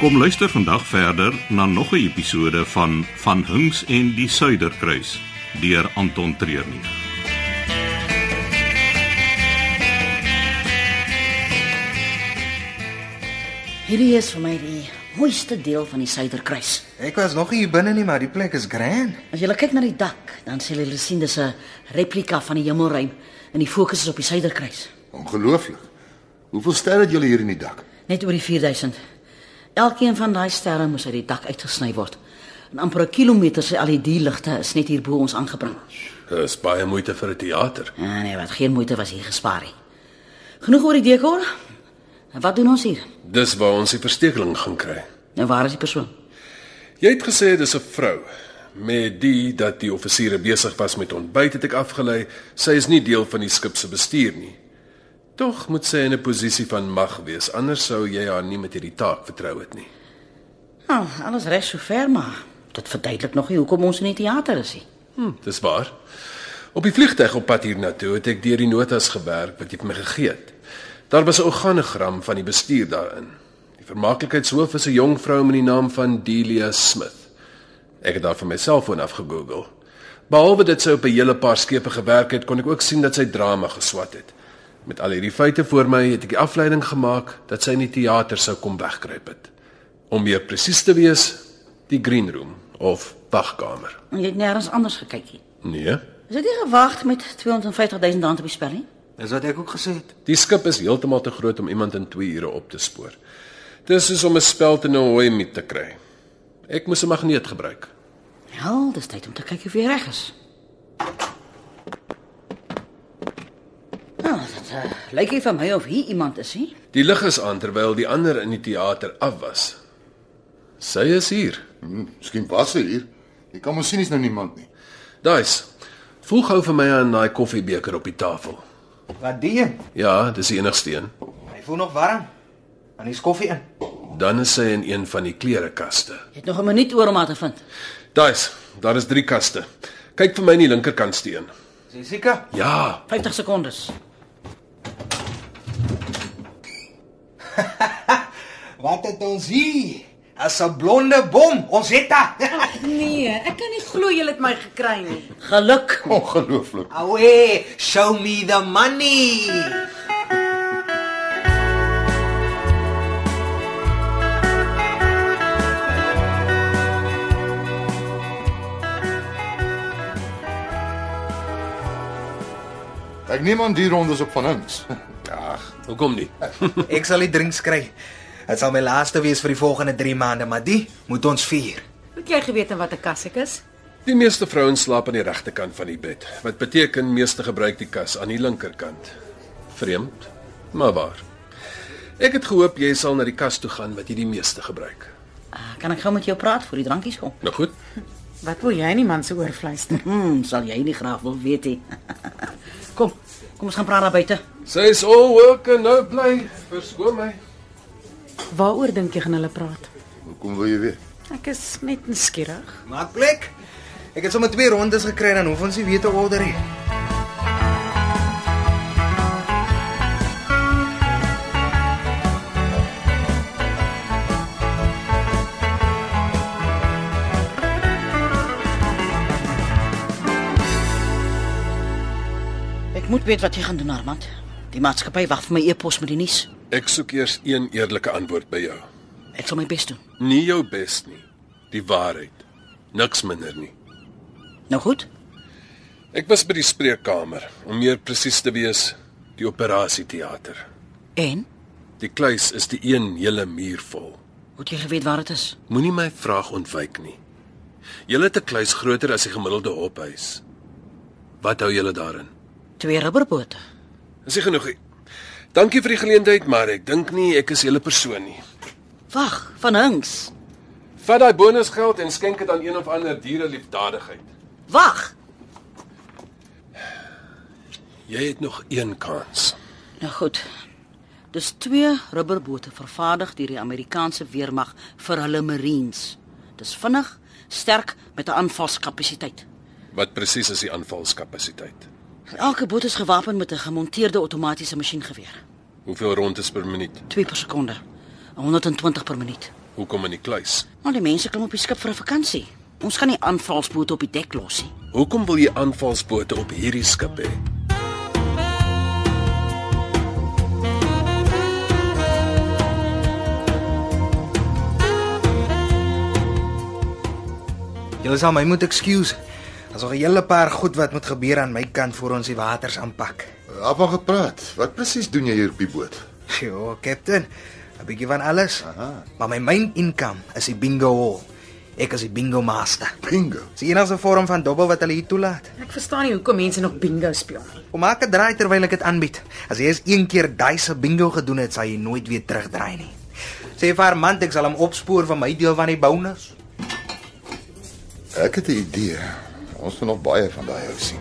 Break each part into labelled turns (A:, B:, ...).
A: Kom luister vandag verder na nog 'n episode van Van Hinks en die Suiderkruis deur Anton Treurnig.
B: Hierdie is vir my die mooiste deel van die Suiderkruis.
C: Ek was nog nie hier binne nie, maar die plek is grand.
B: As jy kyk na die dak, dan sal jy sien dis 'n replika van die hemelruim en die fokus is op die Suiderkruis,
D: Ongelooflik. Hoeveel sterre het julle hier in die dak?
B: net oor die 4000. Elkeen van daai sterre moes uit die dak uitgesny word. En amper 'n kilometer se LED-ligte is net hier bo ons aangebring.
E: Dis Eh, baie moeite vir 'n teater.
B: Ah, nee, wat geen moeite was hier gespaar nie. Genoeg oor die dekor. En wat doen ons hier?
E: Dis waar ons die verstekeling gaan kry.
B: Nou waar is die persoon?
E: Jy het gesê dis 'n vrou. Met die dat die offisiere besig was met ontbyt het ek afgelei, sy is nie deel van die skip se bestuur nie. Tog moet sy in 'n posisie van mag wees, anders sou jy haar nie met hierdie taak vertrou het nie.
B: Nou, alles reg sover maar. Dit verduidelik nog nie hoekom ons in die teater is nie.
E: Hm, dis waar. Op die vliegtyg op pad hiernatoe het ek deur die notas gewerk wat jy vir my gegee het. Daar was 'n organogram van die bestuur daarin. Die vermaaklikheidshoof is 'n jong vrou met die naam van Delia Smith. Ek het haar van my selfoon af gegoogel. Behalwe dit sy op 'n hele paar skepe gewerk het, kon ek ook sien dat sy drama geswat het. Met al hierdie feite voor my het ek die afleiding gemaak dat sy in die teater sou kom wegkruip het. Om meer presies te wees, die green room of wagkamer.
B: En jy het nêrens anders gekyk nie.
E: Nee,
B: Is dit nie gewag met 250000 rand op die spel nie?
C: Dis wat ek ook gesê het.
E: Die skip is heeltemal te groot om iemand in 2 ure op te spoor. Dis soos om 'n spel te nou hooi met te kry. Ek moes 'n magneet gebruik.
B: Wel, dis tyd om te kyk of jy reg is. Nou, dit uh, lyk nie vir my of hier iemand is nie.
E: Die lig is aan terwyl die ander in die teater af was. Sy is hier.
D: Hm, miskien was hy hier. Jy kan mos sien is nou niemand nie.
E: Daai's. Voel gou vir my aan daai koffiebeker op die tafel.
C: Wat die een?
E: Ja, dis die enigste een.
C: Hy voel nog warm. En hier's koffie in.
E: Dan is sy in een van die klerekaste.
B: Jy het nog 'n minuut oor om haar te vind.
E: Daai's. Daar is 3 kaste. Kyk vir my in die linkerkant steen.
C: Is jy seker?
E: Ja,
B: 50 sekondes.
C: Wat het ons hier? As 'n blonde bom. Ons het dit.
F: Nee,
B: eh,
F: ek kan nie glo jy het my gekry nie.
B: Geluk.
D: Ongelooflik.
C: Awe, show me the money.
D: Ek neem aan die rondes op van Hinks.
E: ag, hoekom nie?
C: Ek sal die drinks kry. Dit sal my laaste wees vir die volgende 3 maande, maar die moet ons vier.
F: Het jy geweet in watter kas ek is?
E: Die meeste vrouens slaap aan die regterkant van die bed, wat beteken meeste gebruik die kas aan die linkerkant. Vreemd, maar waar. Ek het gehoop jy sal na die kas toe gaan wat jy die meeste gebruik.
B: Ah, Kan ek gou met jou praat voor die drankies kom?
E: Nou goed,
F: Wat wil jy in die man se oor fluister?
B: Hmm, sal jy nie graag wil weet nie. kom, kom ons gaan praat daar buite.
E: sy is al work en nou bly. Verskoon my.
F: Waaroor dink jy gaan hulle praat?
D: Hoekom wil jy weet?
F: Ek is net nuuskierig.
C: Maak plek. Ek het sommer twee rondes gekry dan hoef ons nie weer te order nie.
B: Ek moet weet wat jy gaan doen, Armand. Die maatskappy wag vir my e-pos met die nuus.
E: Ek soek eers een eerlike antwoord by jou.
B: Ek sal my bes doen.
E: Nie jou bes nie, die waarheid. Niks minder nie.
B: Nou goed.
E: Ek was by die spreekkamer, om meer presies te wees, die operasieteater.
B: En
E: Die kluis is die een hele muur vol.
B: hoe het jy geweet waar dit is?
E: Moenie my vraag ontwyk nie. Julle het 'n kluis groter as die gemiddelde hophuis. Wat hou julle daarin?
B: Twee rubberbote.
E: Is nie genoeg nie. Dankie vir die geleentheid, maar ek dink nie ek is julle persoon nie.
B: Wag, van Hinks.
E: Vat daai bonusgeld en skenk dit aan een of ander diere liefdadigheid.
B: Wag.
E: Jy het nog een kans.
B: Nou goed. Dis twee rubberbote vervaardig deur die Amerikaanse weermag vir hulle marines. Dis vinnig, sterk met 'n aanvalskapasiteit.
E: Wat presies is die aanvalskapasiteit?
B: Elke boot is gewapen met 'n gemonteerde outomatiese masjiengeweer.
E: Hoeveel rondes per minuut?
B: 2 per sekonde. 120 per minuut.
E: Hoekom in die kluis?
B: Maar die mense klim op die skip vir 'n vakansie. Ons kan nie aanvalsbote op die dek los nie.
E: Hoekom wil jy aanvalsbote op hierdie skip hê?
C: Julle sal my moet excuse. Daar's nog 'n hele paar goed wat moet gebeur aan my kant voor ons die waters aanpak.
D: Af van gepraat. Wat presies doen jy hier op die boot?
C: Jo, kaptein. 'n Bietjie van alles. Aha. Maar my main income is die bingo hall. Ek is die bingo master.
D: Bingo.
C: Dis die enigste vorm van dobbel wat hulle hier toelaat.
F: Ek verstaan nie hoekom mense nog bingo speel nie.
C: Om maak 'n draai terwyl ek dit aanbied. As jy eens een keer daai se bingo gedoen het, sal jy nooit weer terugdraai nie. Sê vir haar man ek sal hom opspoor van my deel van die bonus.
D: Ek het 'n idee. Ons moet nog baie van daai ou sien.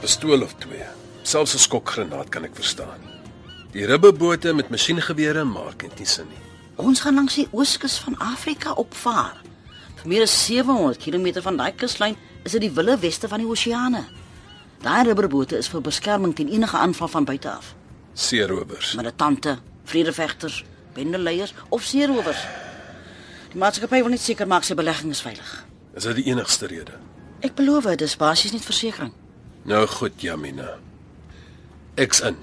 E: pistool of twee. Selfs 'n skokgranaat kan ek verstaan. Die ribbebote met masjiengewere maak net nie sin nie.
B: Ons gaan langs die ooskus van Afrika opvaar. Vir meer as 700 km van daai kuslyn is dit die wilde weste van die oseane. Daai rubberbote is vir beskerming teen enige aanval van buite af.
E: Seerowers.
B: militante, vredevegters, bendeleiers of seerowers. Die maatskappy wil net seker maak sy belegging is veilig.
E: Is dit die enigste rede?
B: Ek beloof dit is basies net versekerings.
E: Nou goed, Jamina. Ek's in.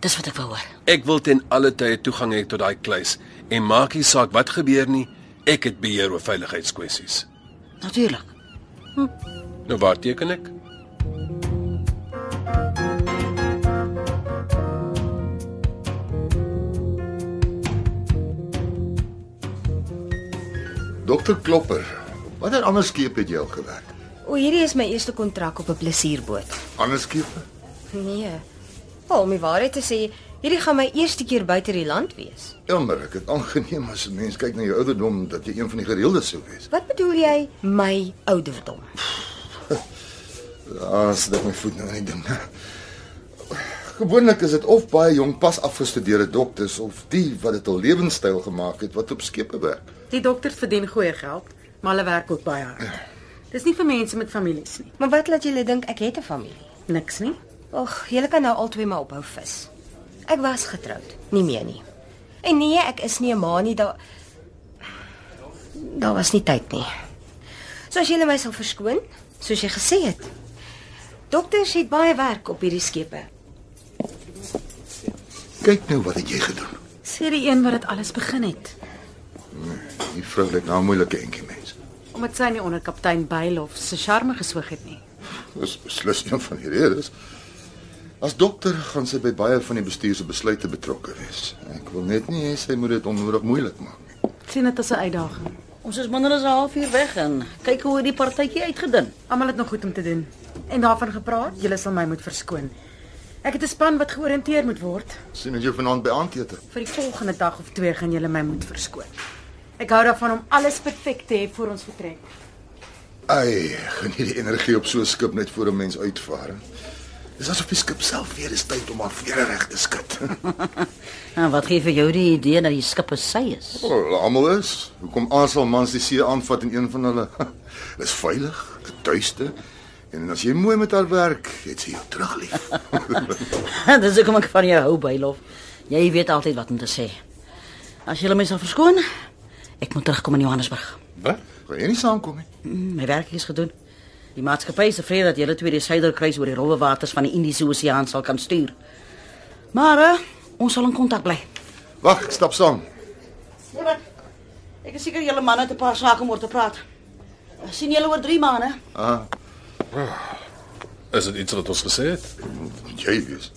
B: Dis wat ek wou hoor.
E: Ek wil ten alle tye toegang hê tot daai kluis en maak nie saak wat gebeur nie, ek het beheer oor veiligheidskwessies.
B: Natuurlik.
E: Nou waar teken ek?
D: Dokter Klopper, watter ander skeep het jy al gewerk?
G: O, hierdie is my eerste kontrak op 'n plesierboot.
D: Ander skepe?
G: Nee. Wel, om die waarheid te sê, hierdie gaan my eerste keer buite die land wees.
D: Jammer, ek het aangeneem as 'n mens kyk na jou ouderdom dat jy een van die gereeldes sou wees.
G: Wat bedoel jy my ouderdom?
D: Ah, sit ek my voet nou in die ding. Gewoonlik is dit of baie jong pas afgestudeerde dokters of die wat dit hul lewenstyl gemaak het wat op skepe werk.
F: Die dokters verdien goeie geld, maar hulle werk ook baie hard. Dis nie vir mense met families nie.
G: Maar wat laat julle dink ek het 'n familie?
F: Niks nie.
G: Ag, julle kan nou albei maar ophou vis. Ek was getroud, nie meer nie. En nee, ek is nie 'n ma nie, daar daar was nie tyd nie. So as julle my sal verskoon, soos jy gesê het. Dokters het baie werk op hierdie skepe.
D: Kyk nou wat het jy gedoen.
F: Sê die een wat dit alles begin het,
D: Die vrou lyk na 'n moeilike entjie mens.
F: omdat sy nie onder kaptein Bylof se charme geswyg het nie.
D: Dis beslis een van die redes. As dokter gaan sy by baie van die bestuur se besluite betrokke wees. Ek wil net nie hê sy moet dit onnodig moeilik maak nie.
F: sien dit as 'n uitdaging.
B: Ons is minder as 'n halfuur weg en kyk hoe het die partytjie uitgedin.
F: Almal het nog goed om te doen. En daarvan gepraat, julle sal my moet verskoon. Ek het 'n span wat georiënteer moet word.
D: Sien as jy vanaand by aandete.
F: Vir die volgende dag of twee gaan julle my moet verskoon. Ek hou daarvan om alles perfek te hê voor ons vertrek.
D: Ai, geniet die energie op so 'n skip net voor 'n mens uitvaar. hè. Dis asof die skip self weer is tyd om haar vere reg te skud.
B: En Nou, wat gee vir jou die idee dat die skip is sy is?
D: Wel, almal is. Hoekom aansal mans die see aanvat in een van hulle? Dis veilig, tuiste. En as jy mooi met haar werk, het sy jou terug lief.
B: Dis hoekom ek van jou hou, Bylof. Jy weet altyd wat om te sê. As jy my sal verskoon, ek moet terugkom in Johannesburg.
D: Wat? Gaan jy nie saamkom nie?
B: Mm, My werk is gedoen. Die maatskappy is tevrede dat julle twee die suiderkruis oor die rowwe waters van die Indiese Oseaan sal kan stuur. Maar uh, ons sal in kontak bly.
D: Wag, ek stap saam.
B: Nee, wat? Ek is seker julle manne het 'n paar sake om oor te praat. sien julle oor 3 maande.
E: Is dit iets wat ons gesê het?
D: Moet Jy weet.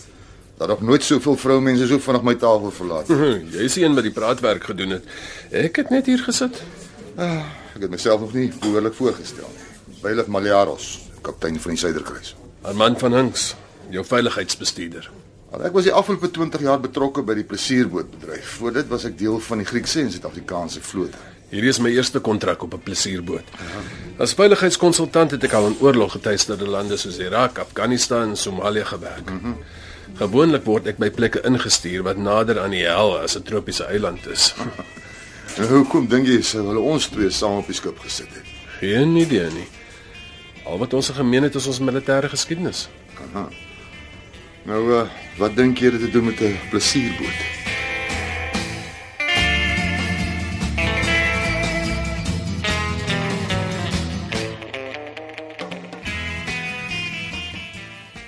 D: Daar nog nooit soveel vroumense so vinnig my tafel verlaat.
E: Jy's die een wat die praatwerk gedoen het. Ek het net hier gesit.
D: Ek het myself nog nie behoorlik voorgestel nie. Beilig Maliaros, kaptein van die Suiderkruis.
E: Armand van Hinks, jou veiligheidsbestuurder.
D: Al ek was die afgelope 20 jaar betrokke by die plesierbootbedryf. Voor dit was ek deel van die Griekse en Suid-Afrikaanse vloot.
E: Hierdie is my eerste kontrak op 'n plesierboot. As veiligheidskonsultant het ek al in oorlog getuisterde lande soos Irak, Afghanistan en Somalië gewerk. Gewoonlik word ek by plekke ingestuur wat nader aan die hel as 'n tropiese eiland is.
D: Nou, En hoekom dink jy sou hulle ons twee saam op die skip gesit het?
E: Geen idee nie. Al wat ons gemeen het is ons militêre geskiedenis.
D: Nou eh, wat dink jy dit te doen met 'n plesierboot?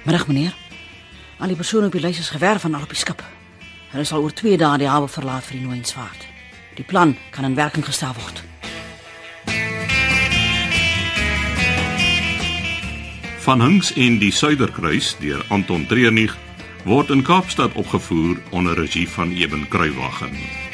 B: Middag meneer. Al die persone op die lys is gewerf en al op die skip. Hulle sal oor 2 dae die hawe verlaat vir die Nooiensvaart. Die plan kan in werking gestel word.
A: Van Hinks en die Suiderkruis deur Anton Treurnig word in Kaapstad opgevoer onder regie van Eben Kruiwagen.